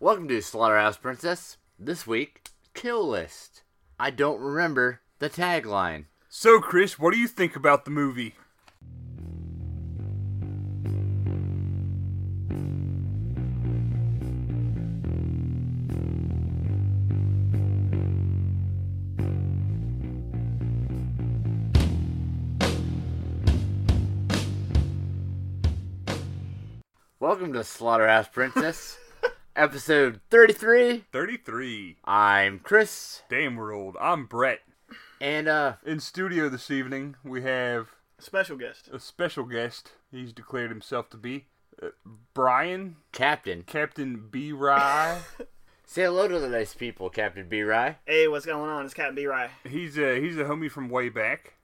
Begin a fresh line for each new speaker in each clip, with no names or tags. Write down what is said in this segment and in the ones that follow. Welcome to Slaughterhouse Princess. This week, kill list. I don't remember the tagline.
So, Chris, what do you think about the movie?
Welcome to Slaughterhouse Princess, episode 33.
33.
I'm Chris,
Damn, we're old. I'm Brett.
and uh,
In studio this evening, we have
Special guest.
a special guest. He's declared himself to be uh, Brian,
Captain.
Captain B. Rye.
Say hello to the nice people, Captain B. Rye.
Hey, what's going on? It's Captain B. Rye.
he's a he's a homie from way back,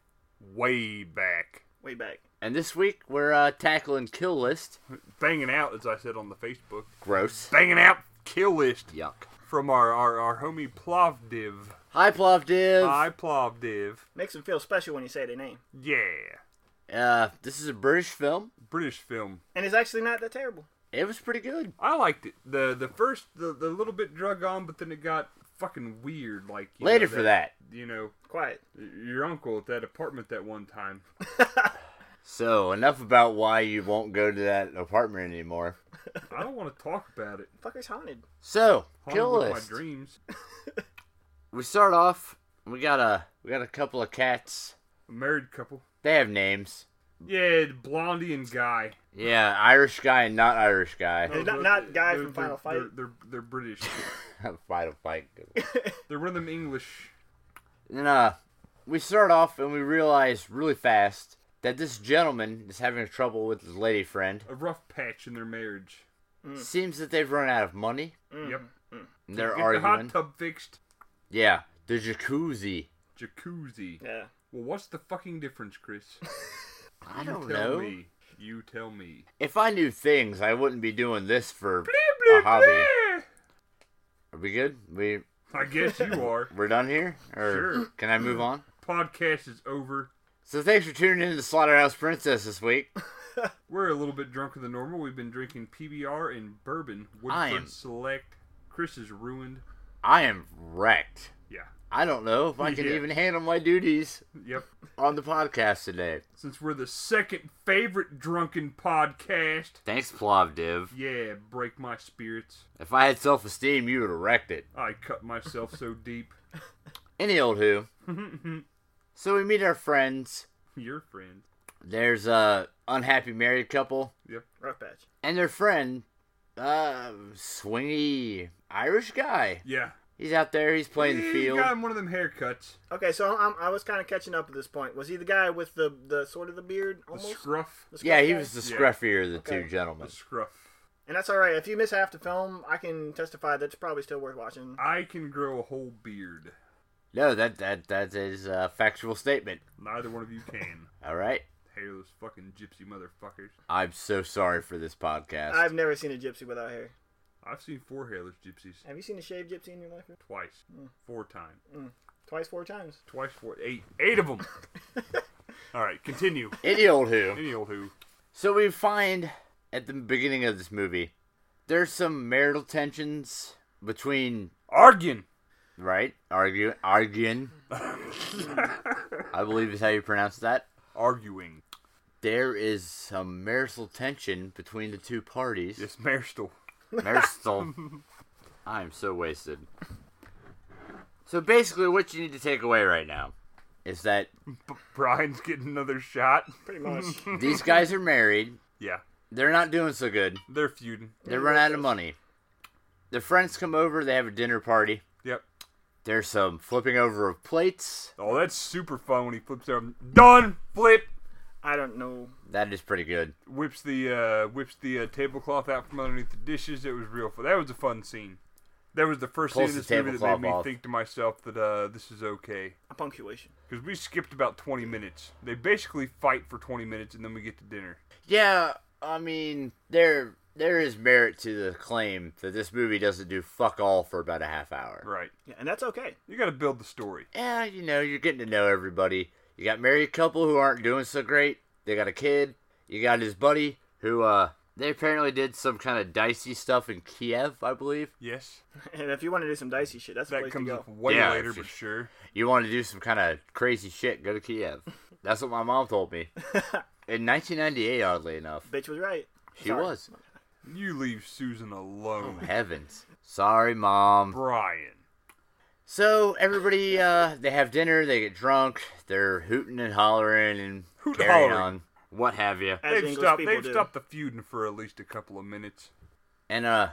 way back,
Way back.
And this week, we're uh, tackling kill list.
banging out as I said on the Facebook,
Gross.
banging out kill list
Yuck.
from our our, our homie Plovdiv.
Hi, Plovdiv.
Hi, Plovdiv.
Makes them feel special when you say their name.
Yeah,
Uh, this is a British film.
British film.
And it's actually not that terrible.
It was pretty good.
I liked it. the The first, the, the little bit drug on, but then it got fucking weird. Like you
Later
know,
for that.
you know,
Quiet.
your uncle at that apartment that one time.
So, enough about why you won't go to that apartment anymore.
I don't want to talk about it.
Fucker's haunted.
So,
Haunted
kill
with
list.
my dreams.
we start off. We got a we got a couple of cats.
A married couple.
They have names.
Yeah, Blondie and Guy. Oh,
Yeah, Irish guy and not Irish guy.
No. not- not Guy from Final Fight.
They're, they're they're British.
Fight a fight.
they're one of them English.
Then uh, we start off and we realize really fast that this gentleman is having trouble with his lady friend.
A rough patch in their marriage. Hmm.
Seems that they've run out of money.
Mm-hmm.
Yep.
And they're
Get the
arguing.
hot tub fixed.
yeah, the jacuzzi.
Jacuzzi.
Yeah.
Well, what's the fucking difference, Chris?
I don't
Tell
know.
me. You tell me.
If I knew things, I wouldn't be doing this for
Blah,
a hobby.
blah.
Are we good? We
I guess you are.
we're done here, or
Sure.
can I move on?
Podcast is over.
So thanks for tuning in to Slaughterhouse Princess this week.
We're a little bit drunker than normal. We've been drinking PBR and bourbon. Woodford
I am-
Select. Chris is ruined.
I am wrecked.
Yeah.
I don't know if I can
Yeah.
even handle my duties
Yep.
on the podcast today.
Since we're the second favorite drunken podcast.
Thanks, Plovdiv.
Yeah, break my spirits.
If I had self esteem, you would have wrecked it.
I cut myself so deep.
Any old who. so we meet our friends.
Your friend.
There's a unhappy married couple
Yep.
Rough patch.
and their friend, uh, swingy Irish guy.
Yeah.
He's out there. He's playing the
He
field.
got him one of them haircuts.
Okay, so I'm, I was kind of catching up at this point. Was he the guy with the, the sort of the beard
The
almost?
scruff.
The scruff
Yeah, he
guy?
was the
Yeah.
scruffier of the two
Okay.
gentlemen.
The scruff.
And that's all right. If you miss half the film, I can testify that's probably still worth watching.
I can grow a whole beard.
No, that that that is a factual statement.
Neither one of you can.
All right.
Hairless fucking gypsy motherfuckers.
I'm so sorry for this podcast.
I've never seen a gypsy without hair.
I've seen four hairless gypsies
Have you seen a shaved gypsy in your life?
twice, four times,
Twice, four times.
twice, four, eight, eight of them. All right, continue.
Any old who.
Any old who?
So we find at the beginning of this movie, there's some marital tensions between
Argan.
right argue arguing. I believe is how you pronounce that.
Arguing.
There is some marital tension between the two parties.
Yes, Maristal.
Marital. I'm so wasted. So basically, what you need to take away right now is that
B- Brian's getting another shot.
Pretty much.
these guys are married.
Yeah,
They're not doing so good.
they're feuding.
They run out of money. Their friends come over. They have a dinner party.
Yep.
There's some flipping over of plates.
Oh, that's super fun when he flips over. Done. Flip.
I don't know.
That is pretty good.
Whips the uh, whips the uh, tablecloth out from underneath the dishes. It was real fun. That was a fun scene. That was the first
Pulls
scene of
the
this movie that
tablecloth
made me
off.
think to myself that uh, this is okay.
A punctuation.
Because we skipped about 20 minutes. They basically fight for 20 minutes and then we get to dinner.
Yeah, I mean there there is merit to the claim that this movie doesn't do fuck all for about a half hour.
Right.
Yeah, and that's okay.
You gotta build the story.
Yeah, you know you're getting to know everybody. You got married couple who aren't doing so great. They got a kid. You got his buddy who uh They apparently did some kind of dicey stuff in Kiev, I believe.
Yes,
And if you want to do some dicey shit, that's the
that
place to
comes
go.
up way
Yeah,
later,
it's
but
just-
sure.
You want to do some kind of crazy shit, go to Kiev. That's what my mom told me. In 1998, oddly enough.
Bitch was right.
She
Sorry.
was.
You leave Susan
Oh
alone,
Heavens. Sorry, mom.
Brian.
So, everybody, uh, they have dinner, they get drunk, they're hooting and hollering and
Hoot
carrying
hollering.
on, what have you.
As
They've
English
stopped.
people
They've
do.
stopped the feuding for at least a couple of minutes.
And uh,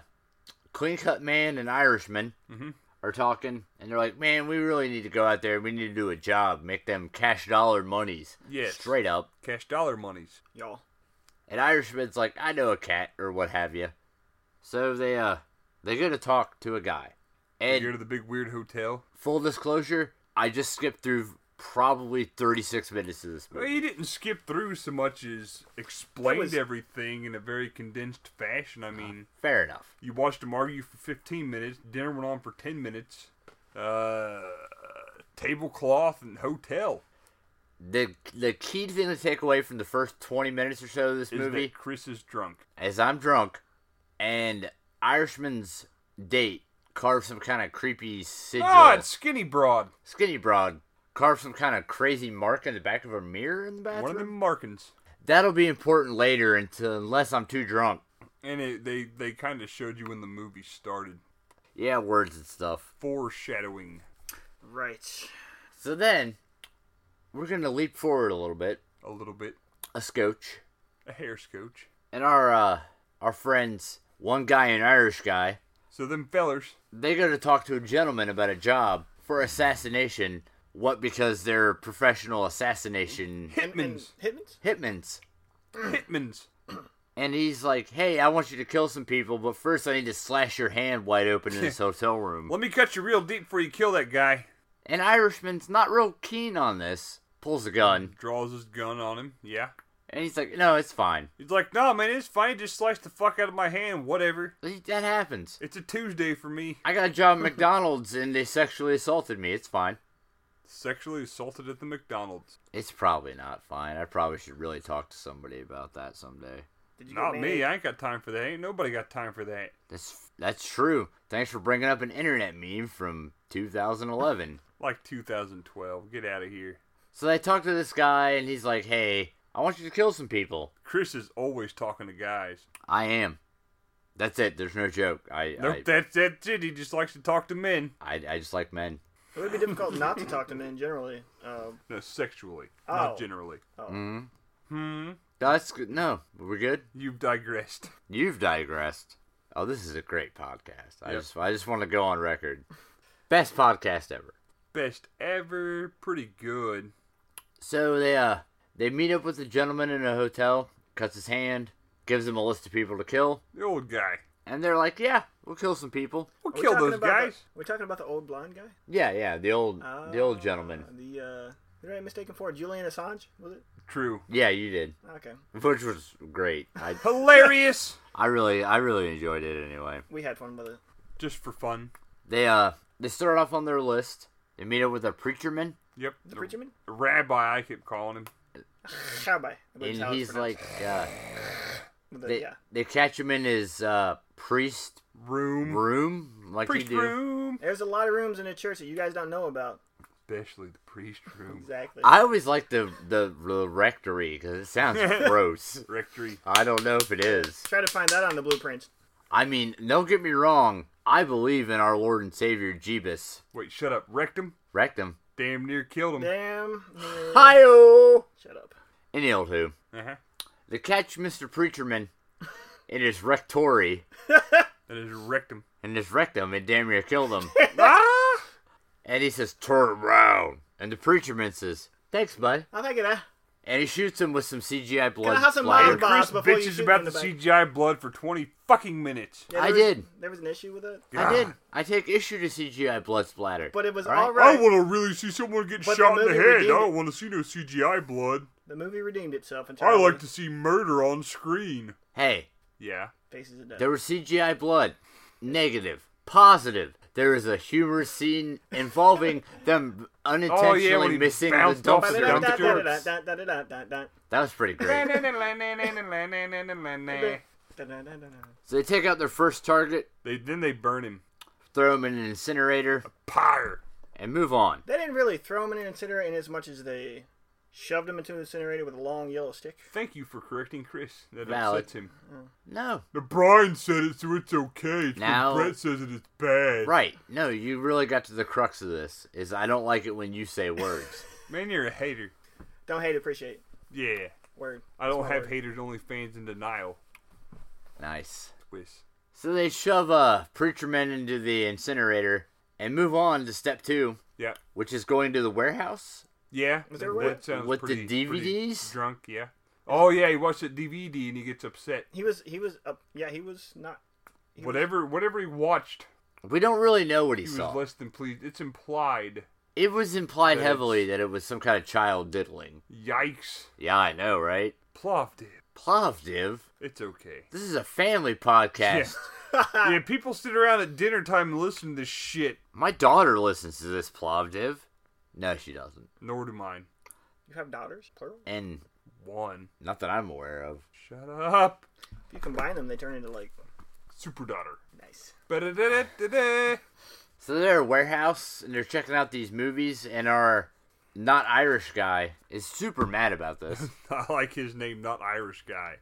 clean cut man and Irishman
Mhm.
are talking, and they're like, "Man, we really need to go out there. We need to do a job, make them cash dollar monies,
Yes.
straight up."
Cash dollar monies.
Y'all.
And Irishman's like, "I know a cat or what have you." So they uh, they go to talk to a guy.
You go to
And
the big weird hotel.
full disclosure, I just skipped through probably thirty six minutes of this
Well,
movie.
he didn't skip through so much as explained
was- Ah.
everything in a very condensed fashion. I mean,
Fair enough.
you watched him argue for 15 minutes. Dinner went on for 10 minutes. Uh, tablecloth and hotel.
The the key thing to take away from the first twenty minutes or so of this
Is
movie
that Chris is drunk?
as I'm drunk, and Irishman's date carved some kind of creepy sigil.
Ah, it's skinny broad.
Skinny broad carved some kind of crazy mark in the back of a mirror in the bathroom.
One of them markings.
That'll be important later, until unless I'm too drunk.
And it, they they kind of showed you when the movie started,
Yeah, words and stuff.
foreshadowing.
Right.
So then, we're gonna leap forward a little bit,
a little bit.
a scotch,
A hair scotch.
and our uh, our friends, one guy and Irish guy,
So them fellers,
they go to talk to a gentleman about a job for assassination. What? Because they're professional assassination
And- and-
hitmans,
Hitmans?
hitmans.
hitmans.
And he's like, hey, I want you to kill some people, but first I need to slash your hand wide open in this hotel room.
Let me cut you real deep before you kill that guy.
And Irishman's not real keen on this, pulls a gun,
Draws his gun on him. Yeah.
and he's like, no, it's fine.
He's like, nah, man, it's fine. Just slice the fuck out of my hand. Whatever.
That happens.
It's a Tuesday for me.
I got a job at McDonald's and they sexually assaulted me. It's fine.
Sexually assaulted at the McDonald's.
It's probably not fine. I probably should really talk to somebody about that someday.
Did you
Not
get
me.
mad?
I ain't got time for that. Ain't nobody got time for that.
That's that's true. Thanks for bringing up an internet meme from 2011.
Like 2012. Get out of here.
So they talk to this guy and he's like, "Hey, I want you to kill some people."
Chris is always talking to guys.
I am. That's it. There's no joke. I
Nope, that's that's it. He just likes to talk to men.
I, I, I just like men.
It would be difficult not to talk to men generally. Uh,
No, sexually, not
Oh.
generally.
hmm
Hmm.
That's good. No, we're good.
You've digressed.
You've digressed. Oh, this is a great podcast. I
Yep.
just I just want to go on record. Best podcast ever.
best ever. Pretty good.
So they uh they meet up with a gentleman in a hotel, cuts his hand, gives him a list of people to kill,
The old guy.
and they're like, "Yeah, we'll kill some people."
We'll
are we
kill
talking
those
about the-
guys.
we're talking about the old blind guy?
Yeah, yeah. The old the old
Ah,
gentleman.
The, uh, did I mistaken for Julian Assange? Was it?
True.
Yeah, you did,
Okay.
which was great. I
Hilarious.
I really I really enjoyed it anyway.
We had fun with it.
Just for fun.
They uh they start off on their list. They meet up with a preacher man,
Yep.
The preacher man?
The rabbi, I kept calling him.
Rabbi. I believe is
and
how it's
he's
pronounced.
like, uh,
With the-
they
uh, yeah.
they catch him in his uh, priest
Room.
room, like
priest
you do.
room.
There's a lot of rooms in the church that you guys don't know about.
Especially the priest room.
Exactly.
I always like the the, the rectory because it sounds gross.
Rectory.
I don't know if it is.
Try to find that on the blueprints.
I mean, don't get me wrong. I believe in our Lord and Savior Jeebus.
Wait, shut up. Wrecked him.
Rectum.
Damn near killed him.
Damn. near-
Hi-oh!
Shut up.
Any old who.
Uh-huh.
They catch Mr. Preacherman in his rectory,
That is wrecked him.
in his rectum, and damn near killed him.
ah!
and he says, turn around. And the Preacherman says, thanks, bud.
I think of that.
And he shoots him with some CGI blood.
have some
splatter.
mind bomb?
Chris
Boss, before you shoot
bitches
him
about
in
the
the back.
CGI blood for 20 fucking minutes.
Yeah,
I
there was-
did.
There was an issue with it,
I did. I take issue to CGI blood splatter.
but it was
All right.
all
I
right.
want to really see someone get
But the
shot in the
movie
head. I
redeemed it.
don't want to see no CGI blood.
The movie redeemed itself
I
entirely.
like to see murder on screen.
hey,
Yeah.
Faces of Death.
There was CGI blood. Negative. Positive. There is a humorous scene involving them unintentionally
Oh, when he
missing the
bounced off
dumpster.
the
dump
dumpster.
truck.
Da-da-da-da-da-da-da-da-da-da.
That was pretty great.
That's
Da-da-da-da-da.
So they take out their first target,
They then they burn him.
throw him in an incinerator,
Pyre.
and move on.
They didn't really throw him in an incinerator in as much as they shoved him into an incinerator with a long yellow stick.
Thank you for correcting Chris. That
Valid.
upsets him.
No,
The Brian said it, so it's okay. It's
Now-
when Brett says it, it's bad.
right? No, you really got to the crux of this. Is I don't like it when you say words.
Man, you're a hater.
Don't hate, appreciate.
Yeah.
Word.
I don't
my
have
word.
haters, only fans in denial.
nice.
Quiz.
So they shove uh, Preacher Man into the incinerator and move on to step two,
Yeah.
which is going to the warehouse.
Yeah.
Was there
that
a way-
sounds
With the
pretty- pretty
DVDs?
Drunk, yeah. Oh, yeah, he watched the DVD and he gets upset.
He was. He was. Up, yeah, he was not. He was-
Whatever whatever he watched,
We don't really know what he,
he was
saw.
less than pleased. It's implied.
it was implied
That's-
heavily that it was some kind of child diddling.
Yikes.
Yeah, I know, right?
Plovdiv.
Plovdiv,
It's okay.
this is a family podcast.
yeah, people sit around at dinner time and listen to this shit.
My daughter listens to this Plovdiv. No, she doesn't.
Nor do mine.
you have daughters, plural.
And
One.
not that I'm aware of.
Shut up.
If you combine them, they turn into like
Super daughter.
nice.
Ba-da-da-da-da-da.
So they're a warehouse and they're checking out these movies, and our not Irish guy is super mad about this.
I like his name, not Irish guy.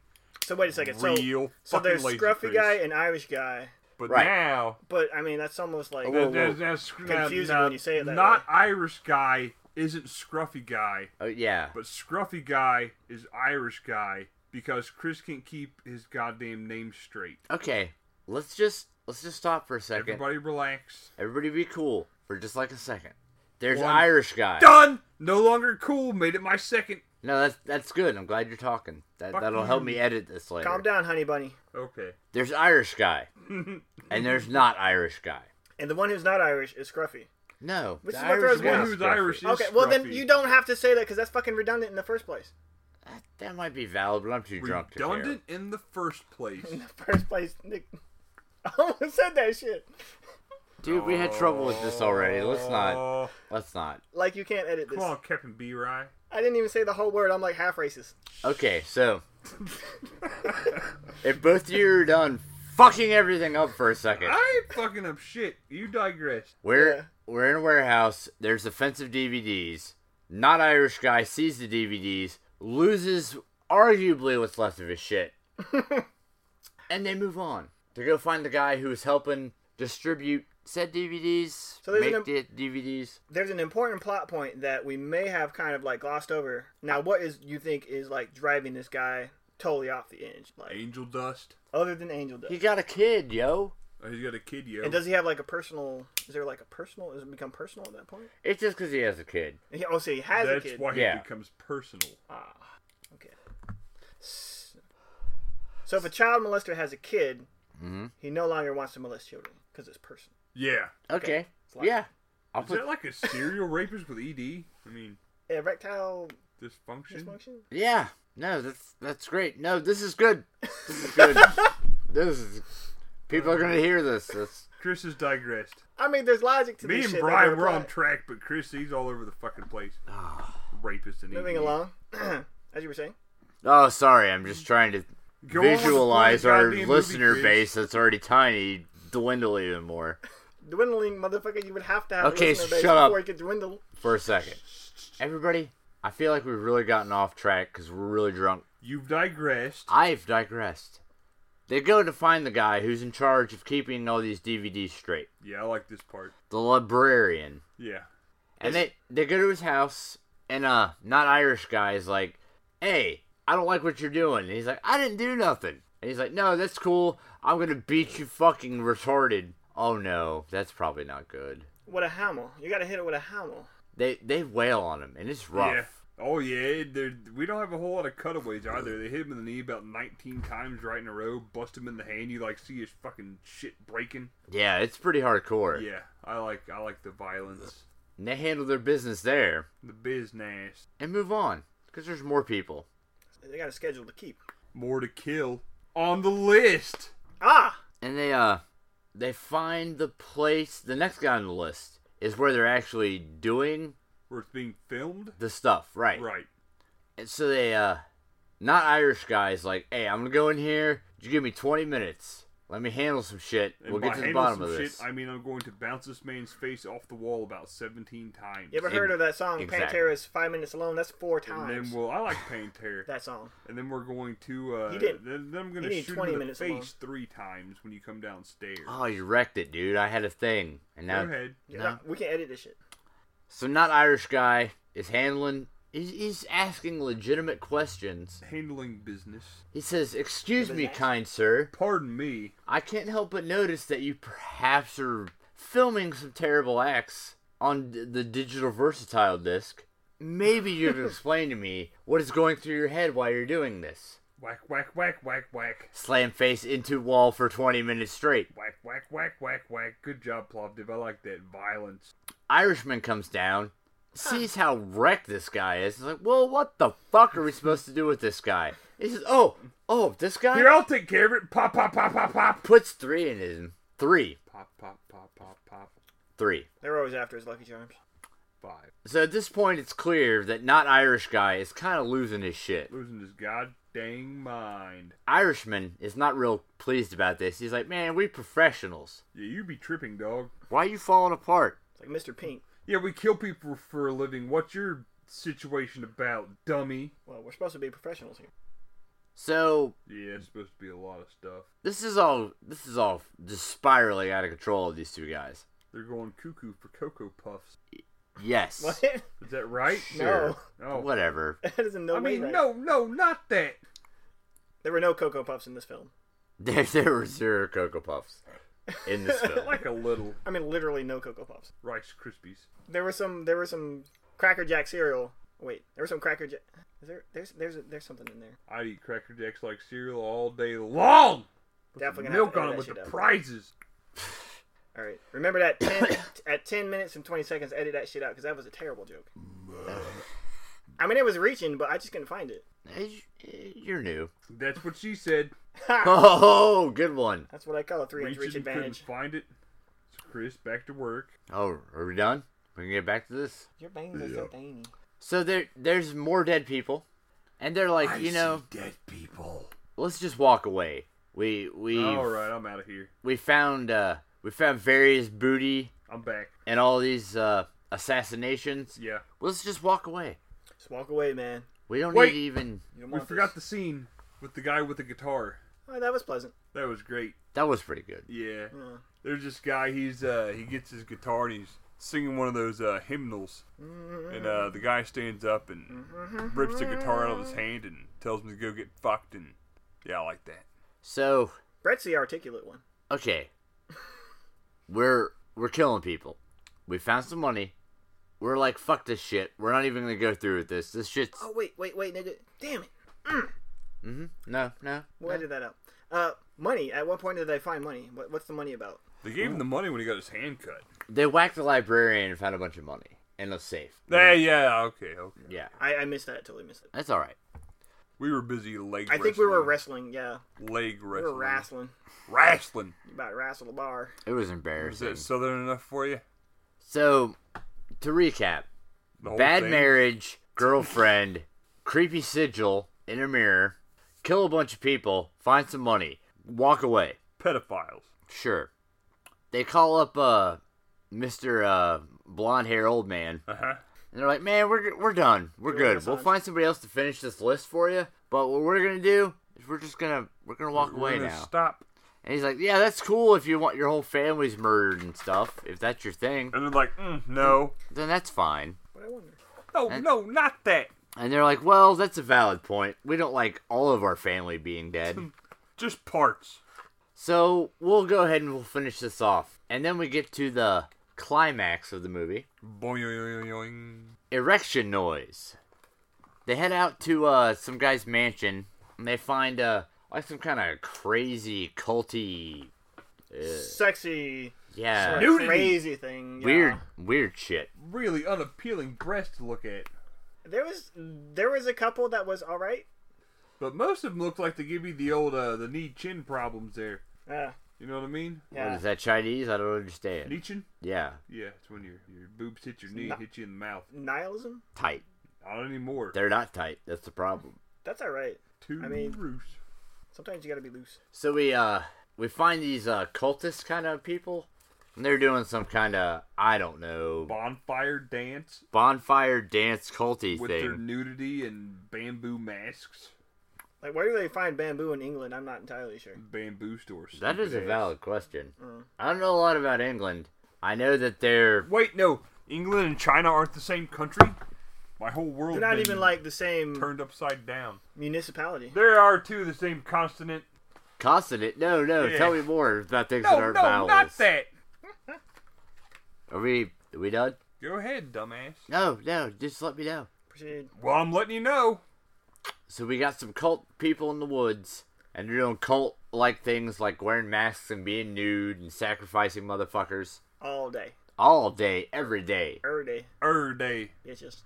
So wait a second. So
Real
so
fucking
there's
lazy
scruffy
face.
guy and Irish guy,
But
Right.
now,
but I mean that's almost like
Whoa,
that,
whoa.
that, that's
Confusing
now,
when you say it that
Not
way.
Irish guy isn't scruffy guy,
oh, yeah.
but scruffy guy is Irish guy because Chris can't keep his goddamn name straight.
Okay, let's just let's just stop for a second. Everybody,
Everybody relax.
be cool for just like a second. There's
One.
Irish guy.
Done. No longer cool. Made it my second.
No, that's that's good. I'm glad you're talking. That
Fuck
that'll help
you.
me edit this later.
calm down, honey bunny.
Okay.
There's Irish guy, and there's not Irish guy.
And the one who's not Irish is scruffy.
No,
Which
the
is what throws me
guy
One
is
who's
scruffy.
Irish is
okay, well then
scruffy.
you don't have to say that because that's fucking redundant in the first place.
That, that might be valid, but I'm too drunk to care.
redundant in the first place.
In the first place, Nick I almost said that shit.
Dude, we had trouble with this already. Let's not.
Oh,
Let's not.
Like you can't edit this.
come on, Captain B. Rye.
I didn't even say the whole word. I'm like half racist.
Okay, so if both of you are done fucking everything up for a second,
I ain't fucking up shit. You digress.
We're
Yeah.
we're in a warehouse. There's offensive DVDs. Not Irish guy sees the DVDs, loses arguably what's left of his shit, and they move on to go find the guy who's helping distribute said DVDs,
So there's
make
an-
the DVDs.
There's an important plot point that we may have kind of like glossed over. Now, what is you think is like driving this guy totally off the edge? Like
Angel dust.
other than Angel does.
He got a kid, yo.
Oh, he's got a kid, yo.
And does he have like a personal? Is there like a personal? Does it become personal at that point?
It's just because he has a kid.
He, oh, so he has
That's
a kid.
why
Yeah.
it becomes personal.
Okay. S- So if a child molester has a kid,
Mm-hmm.
he no longer wants to molest children because it's personal.
Yeah.
Okay,
like-
yeah. I'll
Is
put
that like a serial rapist with ED? I mean,
Erectile
dysfunction?
dysfunction.
yeah. No, that's that's great. No, this is good. This is good. this is. People are gonna hear this. This.
Chris has digressed.
I mean, there's logic to
Me
this
and
shit that
Brian,
don't
we're on
apply.
track, but Chris, he's all over the fucking place.
Ah.
rapist and E
Moving
ED.
along, as you were saying.
Oh, sorry. I'm just trying to
Go on with the
visualize
fucking
our
goddamn movie,
listener
Chris.
base that's already tiny dwindle even more
dwindling, motherfucker. You would have to have
Okay,
a listener base
shut up.
before it could dwindle.
for a second. Everybody, I feel like we've really gotten off track because we're really drunk.
You've digressed.
I've digressed. They go to find the guy who's in charge of keeping all these DVDs straight,
Yeah, I like this part.
the librarian.
Yeah.
And they, they go to his house, and uh, not Irish guy is like, "Hey, I don't like what you're doing." And he's like, "I didn't do nothing." And he's like, "No, that's cool. I'm gonna beat you, fucking retarded." Oh no, that's probably not good.
With a hammer, you gotta hit it with a hammer.
They they wail on him, and it's rough.
Yeah. Oh yeah, there- we don't have a whole lot of cutaways either. They hit him in the knee about 19 times right in a row, bust him in the hand. You like see his fucking shit breaking.
Yeah, it's pretty hardcore.
Yeah, I like I like the violence,
And they handle their business there
the business,
and move on, because there's more people.
They got a schedule to keep.
more to kill on the list.
Ah,
And they uh, they find the place. The next guy on the list is where they're actually doing
where it's being filmed.
the stuff,
Right.
And so they, uh, not Irish guys, like, hey, I'm gonna go in here, You give me 20 minutes. Let me handle some shit.
And
we'll
by
get to the
handle
bottom
some
of
shit,
this.
I mean, I'm going to bounce this man's face off the wall about 17 times.
You ever
Ex-
heard of that song
exactly.
Pantera's Five Minutes Alone? That's four
and then
times.
well, I like Pantera.
That song.
and then we're going to. Uh,
He didn't-
Then, then I'm going
he
to
needed
shoot
20
him in the
minutes
face
alone.
three times when you come downstairs.
Oh, you wrecked it, dude. I had a thing. And
Go
now
ahead.
Yeah, no, we can edit this shit.
So not Irish guy is handling. He's, he's asking legitimate questions.
Handling business.
He says, "Excuse
But
me,
that's-
kind sir.
Pardon me.
I can't help but notice that you perhaps are filming some terrible acts on d- the digital versatile disc. Maybe you can explain to me what is going through your head while you're doing this."
Whack, whack, whack, whack, whack.
Slam face into wall for 20 minutes straight.
Whack, whack, whack, whack, whack. Good job, Plovdiv. I like that violence.
Irishman comes down, sees how wrecked this guy is. He's like, "Well, what the fuck are we supposed to do with this guy?" He says, "Oh, oh, this
Uh,
guy."
Here, I'll take care of it. Pop, pop, pop, pop, pop.
puts three in him. Three.
Pop, pop, pop, pop, pop.
Three.
They're always after his Lucky Charms.
Five.
So at this point, it's clear that not Irish guy is kind of losing his shit.
Losing his god dang mind.
Irishman is not real pleased about this. He's like, man, we professionals.
Yeah, you be tripping, dog.
Why you falling apart?
It's like Mr. Pink.
Yeah, we kill people for a living. What's your situation about, dummy?
Well, we're supposed to be professionals here.
So
Yeah, it's supposed to be a lot of stuff.
this is all this is all just spiraling out of control of these two guys.
They're going cuckoo for Cocoa Puffs.
Yes.
What?
Is that right?
Sure.
No.
Whatever.
that is in no
I
way
mean,
right.
no, no, not that.
There were no Cocoa Puffs in this film.
There, there were zero Cocoa Puffs in this film.
Like a little
I mean, literally no Cocoa Puffs.
Rice Krispies.
There were some. There were some Cracker Jack cereal. Wait, there was some Cracker Jack. Is there? There's there's there's something in there.
I'd eat Cracker Jacks like cereal all day long. Put some
Definitely gonna have
milk
to
on
edit
it
that
with the
shit out.
prizes.
All right, remember that 10, at ten minutes and twenty seconds. Edit that shit out because that was a terrible joke. I mean, it was reaching, but I just couldn't find it.
Hey, eh, You're new.
That's what she said.
Oh, good one.
That's what I call a three-inch reach
Reaching, couldn't
advantage.
find it. So Chris, back to work.
Oh, are we done? We can get back to this.
Your bangs are so tiny.
So there, there's more dead people, and they're like, you know,
dead people.
let's just walk away. We we
All right, I'm out of here.
we found uh we found various booty
I'm back.
and all these uh assassinations.
Yeah.
Let's just walk away.
Just walk away, man.
We don't
Wait.
need to even.
You don't
We
want
forgot
this.
the scene with the guy with the guitar.
Oh, that was pleasant.
That was great.
That was pretty good.
Yeah.
Yeah.
There's this guy. He's uh he gets his guitar and he's singing one of those uh, hymnals, and uh, the guy stands up and rips the guitar out of his hand and tells him to go get fucked. And yeah, I like that.
So
Brett's the articulate one.
okay, we're we're killing people. We found some money. We're like fuck this shit. We're not even gonna go through with this. This shit's
Oh wait, wait, wait, nigga. Damn it.
no no.
We'll edit that out. Uh, money. At what point did they find money? What, what's the money about?
They gave him the money when he got his hand cut.
They whacked the librarian and found a bunch of money and a safe.
Yeah, yeah, okay, okay.
Yeah,
I, I missed that. Totally missed it.
that's all right.
We were busy leg.
I think we were wrestling. Yeah,
leg
we
wrestling.
were wrestling.
wrestling.
You about to wrestle the bar?
It was
Is
embarrassing.
that southern enough for you?
So, to recap,
The whole
bad
thing?
marriage, girlfriend, creepy sigil in a mirror, kill a bunch of people, find some money, walk away.
pedophiles.
Sure. They call up uh Mr. Uh, blonde hair old man,
Uh huh.
and they're like, "Man, we're we're done. We're good.
this
We'll
on."
find somebody else to finish this list for you. But what we're gonna do is we're just gonna we're gonna walk away now."
Stop.
And he's like, "Yeah, that's cool if you want your whole family's murdered and stuff. If that's your thing,
And they're like, mm, no,
then that's fine."
But I wonder.
no, no, not that.
And they're like, well, that's a valid point. We don't like all of our family being dead.
Just parts.
so we'll go ahead and we'll finish this off. And then we get to the climax of the movie
Boing.
erection noise. They head out to uh, some guy's mansion and they find uh, like some kind of crazy culty,
Sexy,
yeah,
like,
Nudity.
crazy thing. yeah.
Uh, weird, weird shit.
Really unappealing breast to look at.
There was there was a couple that was all right.
But most of them look like they give you the old uh, the knee chin problems there.
Yeah,
You know what I mean?
What
Uh, yeah.
is that Chinese? I don't understand.
Knee chin?
Yeah,
Yeah, it's when your your boobs hit your knee,
not-
hit you in the mouth.
Nihilism.
tight.
Not anymore.
They're not tight. That's the problem.
That's all right.
Two
I mean-
roofs.
Sometimes you gotta be loose.
So we uh we find these uh cultist kind of people, and they're doing some kind of I don't know
Bonfire dance
bonfire dance culty
with their
thing.
nudity and bamboo masks.
Like, where do they find bamboo in England? I'm not entirely sure.
Bamboo stores.
That is a valid question. I don't know a lot about England. I know that they're
Wait, no. England and China aren't the same country. My whole world.
They're not
been
even like the same
turned upside down.
municipality.
There are two the same consonant.
consonant. No, no.
Yeah.
Tell me more about things
No,
that
no,
are vowels.
not that.
Are we? Are we done?
Go ahead, dumbass.
No, no. Just let me know.
Proceed.
Well, I'm letting you know.
So we got some cult people in the woods, and they're doing cult like things like wearing masks and being nude and sacrificing motherfuckers
All day.
all day, every day.
Every day.
Er day.
Bitches.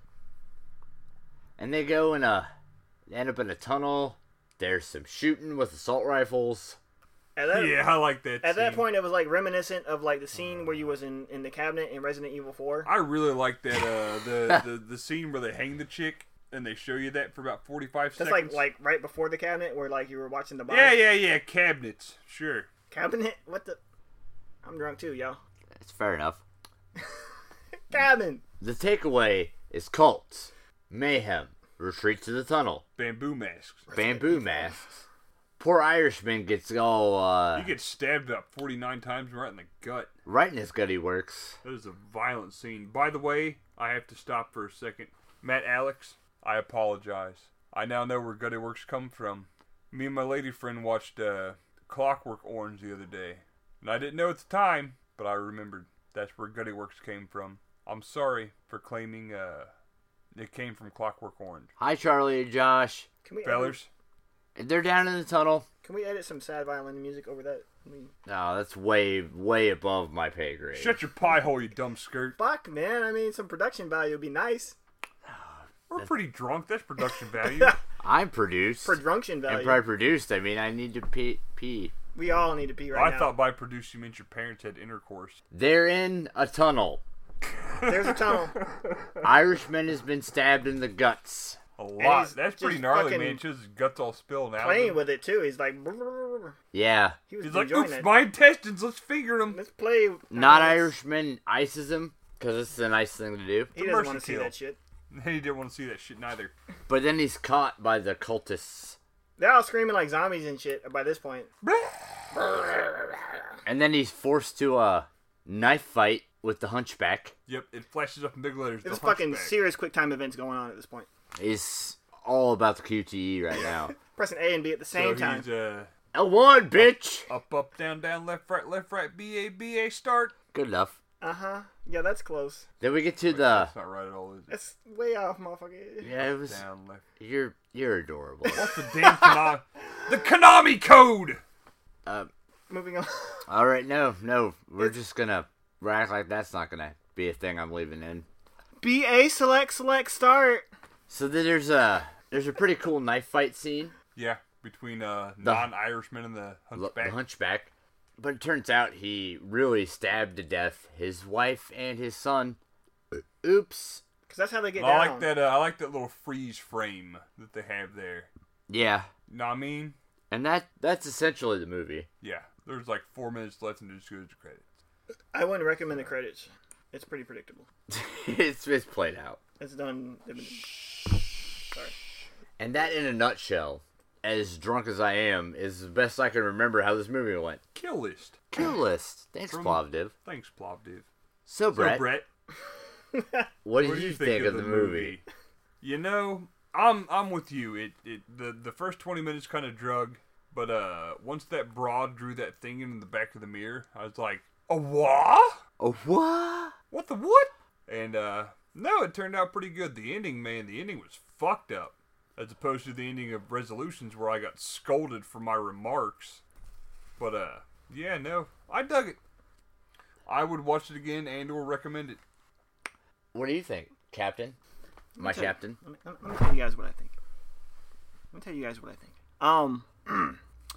And they go in a, they end up in a tunnel. There's some shooting with assault rifles.
At that,
Yeah, I like that.
at that
scene.
point, it was like reminiscent of like the scene where you was in, in the cabinet in Resident Evil 4.
I really like that. Uh, the, the the scene where they hang the chick and they show you that for about 45
That's like
seconds.
like right before the cabinet where like you were watching the bar.
Yeah, yeah, yeah. Cabinets. Sure.
Cabinet? What the? I'm drunk too, y'all.
It's fair enough.
Cabin.
The takeaway is cults, mayhem, retreat to the tunnel,
Bamboo masks.
bamboo masks. Poor Irishman gets all uh,
You get stabbed about 49 times right in the gut.
right in his gutty works.
That is a violent scene. By the way, I have to stop for a second. Matt Alex, I apologize. I now know where Gutty Works come from. Me and my lady friend watched uh, Clockwork Orange the other day. And I didn't know at the time, but I remembered. That's where Gutty Works came from. I'm sorry for claiming uh, it came from Clockwork Orange.
Hi, Charlie and Josh.
Can we edit-
Fellers,
They're down in the tunnel.
can we edit some sad violin music over that? I mean,
No, that's way, way above my pay grade.
shut your pie hole, you dumb skirt.
fuck, man. I mean, some production value would be nice.
We're pretty drunk. That's production value.
I'm produced.
Production value.
and by produced, I mean I need to pee. pee.
we all need to pee right
I
now.
thought by produce you meant your parents had intercourse.
They're in a tunnel.
There's a tunnel.
Irishman has been stabbed in the guts.
A
he's
lot. That's pretty
just
gnarly,
fucking
man. Just his guts all spilled out. of
Playing
him.
with it too. He's like, "Brrr."
Yeah.
he was
He's like,
enjoying
oops,
it.
my intestines. Let's figure them.
Let's play.
Not
I mean,
Irishman ices him because it's a nice thing to do.
He doesn't
Mercy
want to see
kill.
that shit.
He didn't want to see that shit neither.
But then he's caught by the cultists,
They're all screaming like zombies and shit by this point.
and then he's forced to a knife fight with the hunchback.
Yep, it flashes up in big letters.
There's
the
fucking
hunchback.
serious quick time events going on at this point.
It's all about the QTE right now.
Pressing A and B at the
So
same time.
he's uh,
L1, bitch.
up, up, down, down, left, right, left, right, B A B A start.
Good enough.
Uh huh. Yeah, that's close.
Then we get to the.
That's not right at all, is it?
That's way off, motherfucker.
Yeah, it was.
Down, left.
You're you're adorable.
What's the damn Konami? the Konami code.
Moving on.
Um, All right, no, no, we're just gonna we act like that's not gonna be a thing I'm leaving in.
B A select select start.
So then there's a there's a pretty cool knife fight scene,
Yeah, between uh, non-Irishman and the
Look,
hunchback.
the hunchback, but it turns out he really stabbed to death his wife and his son. Uh, Oops.
Cause that's how they get
I
down.
like that. Uh, I like that little freeze frame that they have there.
Yeah,
You know what I mean?
and that that's essentially the movie.
Yeah, there's like four minutes left and it just goes to credits.
I wouldn't recommend the credits. It's pretty predictable.
it's it's played out,
It's done. they've been- Sorry.
and that in a nutshell. As drunk as I am, is the best I can remember how this movie went.
Kill list.
Kill list. Thanks,
From-
Plavdiv.
Thanks, Plovdiv.
So, Brett,
So, Brett,
what did
what do
you, think, of the movie?
You know, I'm I'm with you. It it the the first 20 minutes kind of drug, but uh once that broad drew that thing in the back of the mirror, I was like, "A what?
Oh, what?
What the what?" And uh no, it turned out pretty good. The ending, man, the ending was fucked up. As opposed to the ending of Resolutions where I got scolded for my remarks. But uh yeah, no. I dug it. I would watch it again and or recommend it.
What do you think, Captain? My
tell you-
captain.
Let me, let me- let me tell you guys what I think. Let me tell you guys what I think. Um,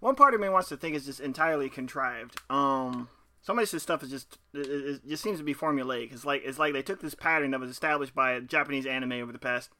one part of me wants to think it's just entirely contrived. Um, so much of this stuff is just it, it it just seems to be formulaic. It's like it's like they took this pattern that was established by Japanese anime over the past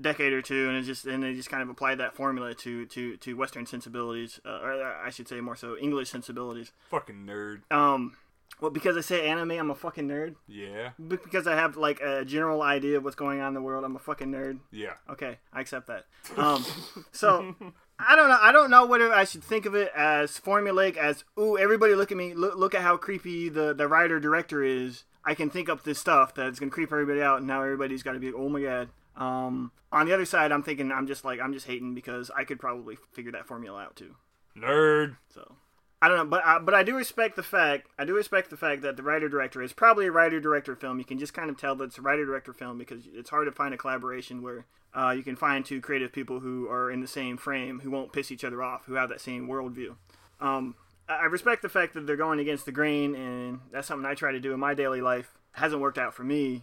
decade or two, and it just and they just kind of applied that formula to to to Western sensibilities, uh, or uh, I should say more so English sensibilities.
Fucking nerd.
Um, well, because I say anime, I'm a fucking nerd.
Yeah.
Be- Because I have like a general idea of what's going on in the world, I'm a fucking nerd.
Yeah.
Okay, I accept that. Um, so I don't know. I don't know whether I should think of it as formulaic as ooh, everybody look at me, look, look at how creepy the the writer director is. I can think up this stuff that's gonna creep everybody out, and now everybody's got to be oh my god. Um, on the other side, I'm thinking I'm just like I'm just hating because I could probably figure that formula out too.
Nerd.
So I don't know, but I, but I do respect the fact I do respect the fact that the writer director is probably a writer director film. You can just kind of tell that it's a writer director film because it's hard to find a collaboration where uh, you can find two creative people who are in the same frame, who won't piss each other off, who have that same worldview. Um, I I respect the fact that they're going against the grain, and that's something I try to do in my daily life. hasn't worked out for me,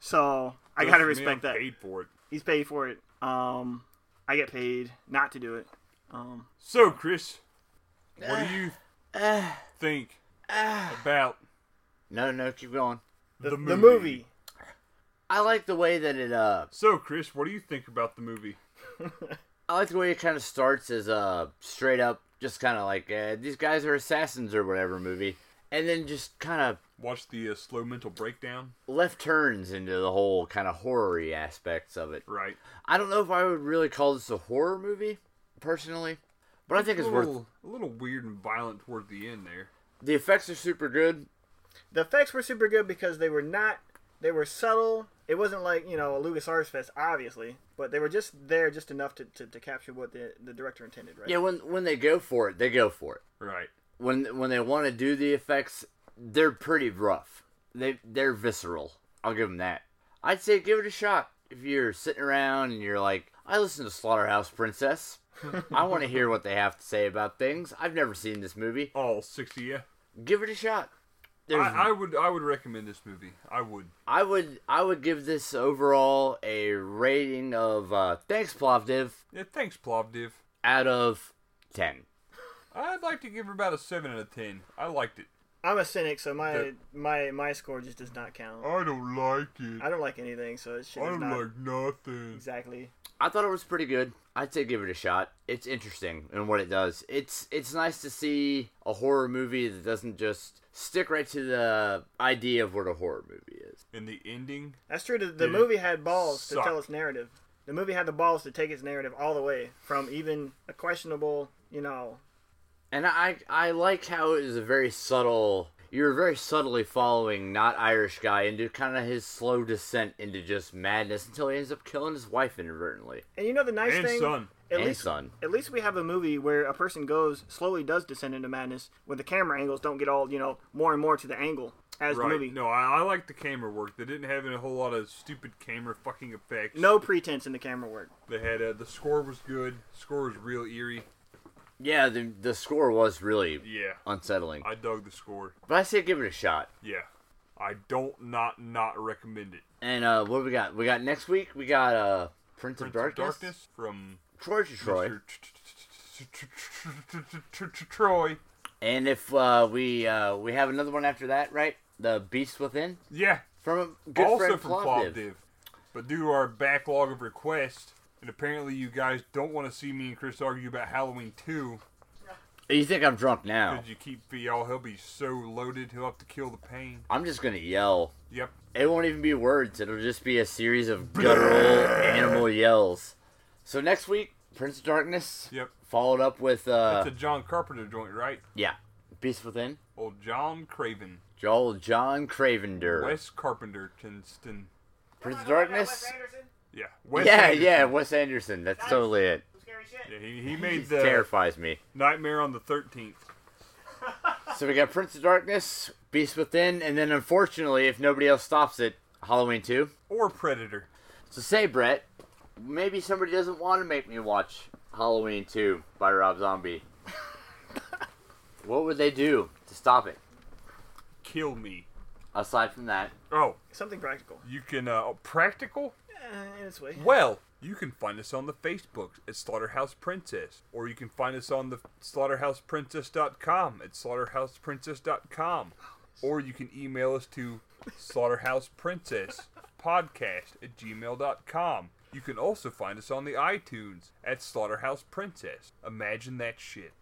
so I
Goes
gotta
for me,
respect
I'm
that.
Paid for it.
He's paid for it. Um, I get paid not to do it. Um,
So, Chris, what
Uh,
do you think about
No, no, keep going.
the, movie?
the movie.
I like the way that it uh
So, Chris, what do you think about the movie?
I like the way it kind of starts as uh, straight up, just kind of like uh, these guys are assassins or whatever movie, and then just kind of
Watch the uh, slow mental breakdown.
left turns into the whole kind of horror aspects of it.
Right.
I don't know if I would really call this a horror movie, personally, but I think it's
a
worth.
little, a little weird and violent toward the end there.
The effects are super good.
the effects were super good because they were not they were subtle it wasn't like you know a lucasarts fest obviously but they were just there just enough to, to, to capture what the, the director intended right
Yeah, when when they go for it, they go for it.
Right.
When when they want to do the effects, they're pretty rough. They they're visceral. I'll give them that. I'd say give it a shot if you're sitting around and you're like, I listen to Slaughterhouse Princess. I want to hear what they have to say about things. I've never seen this movie.
All six of you.
Give it a shot. There's
Oh, I, I would I would recommend this movie. I would.
I would I would give this overall a rating of uh, thanks Plovdiv
Yeah, thanks, Plovdiv.
out of ten.
I'd like to give her about a seven out of ten. I liked it.
i'm a cynic so my
The-
my my score just does not count
I don't like it.
i don't like anything so it should not
nothing.
exactly
I thought it was pretty good. I'd say give it a shot. It's interesting in what it does. It's it's nice to see a horror movie that doesn't just stick right to the idea of what a horror movie is.
And the ending,
that's true the, the
Dude,
movie had balls to
sucked.
tell its narrative the movie had the balls to take its narrative all the way from even a questionable you know
And I I like how it is a very subtle. You're very subtly following not Irish guy into kind of his slow descent into just madness until he ends up killing his wife inadvertently
and you know the nice
and
thing
son.
at
and
least
son.
At least we have a movie where a person goes slowly does descend into madness when the camera angles don't get all you know more and more to the angle as
Right.
the movie.
No, I, I like the camera work. They didn't have a whole lot of stupid camera fucking effects.
No pretense in the camera work.
They had uh, the score was good. Score was real eerie.
Yeah, the the score was really
Yeah.
unsettling.
I dug the score.
But I say give it a shot.
Yeah. I don't not not recommend it.
And uh, what do we got? We got next week. We got uh, Prince,
Prince
of Darkness,
of Darkness from
Troy to Troy.
Mr. T- t- t- t- t- t- Troy.
And if uh, we uh, we have another one after that, right? The Beast Within
Yeah.
from a good
also
friend
from
Plovdiv.
Plovdiv. But due to our backlog of requests, and apparently you guys don't want to see me and Chris argue about Halloween 2,
You think I'm drunk now?
because you keep y'all, he'll be so loaded, he'll have to kill the pain.
I'm just gonna yell.
Yep.
It won't even be words. It'll just be a series of guttural animal yells. So next week, Prince of Darkness,
Yep.
followed up with uh,
It's a John Carpenter joint, right?
yeah, Beast Within.
Old John Craven.
Joel John Cravender.
Wes Carpenter. Tinston.
Prince of Darkness.
Yeah. Wes
yeah,
Anderson.
yeah, Wes Anderson. That's totally it.
Yeah, he, he made
It
the
terrifies me.
Nightmare on the 13th.
So we got Prince of Darkness, Beast Within, and then unfortunately, if nobody else stops it, Halloween 2.
Or Predator.
So say, Brett, maybe somebody doesn't want to make me watch Halloween 2 by Rob Zombie. what would they do to stop it?
Kill me.
Aside from that,
Oh,
Something practical.
you can, uh, practical?
Uh, in its way.
Well, you can find us on the Facebook at Slaughterhouse Princess, or you can find us on the slaughterhouseprincess.com at slaughterhouseprincess.com, or you can email us to slaughterhouseprincesspodcast at gmail.com. You can also find us on the iTunes at Slaughterhouse Princess. Imagine that shit.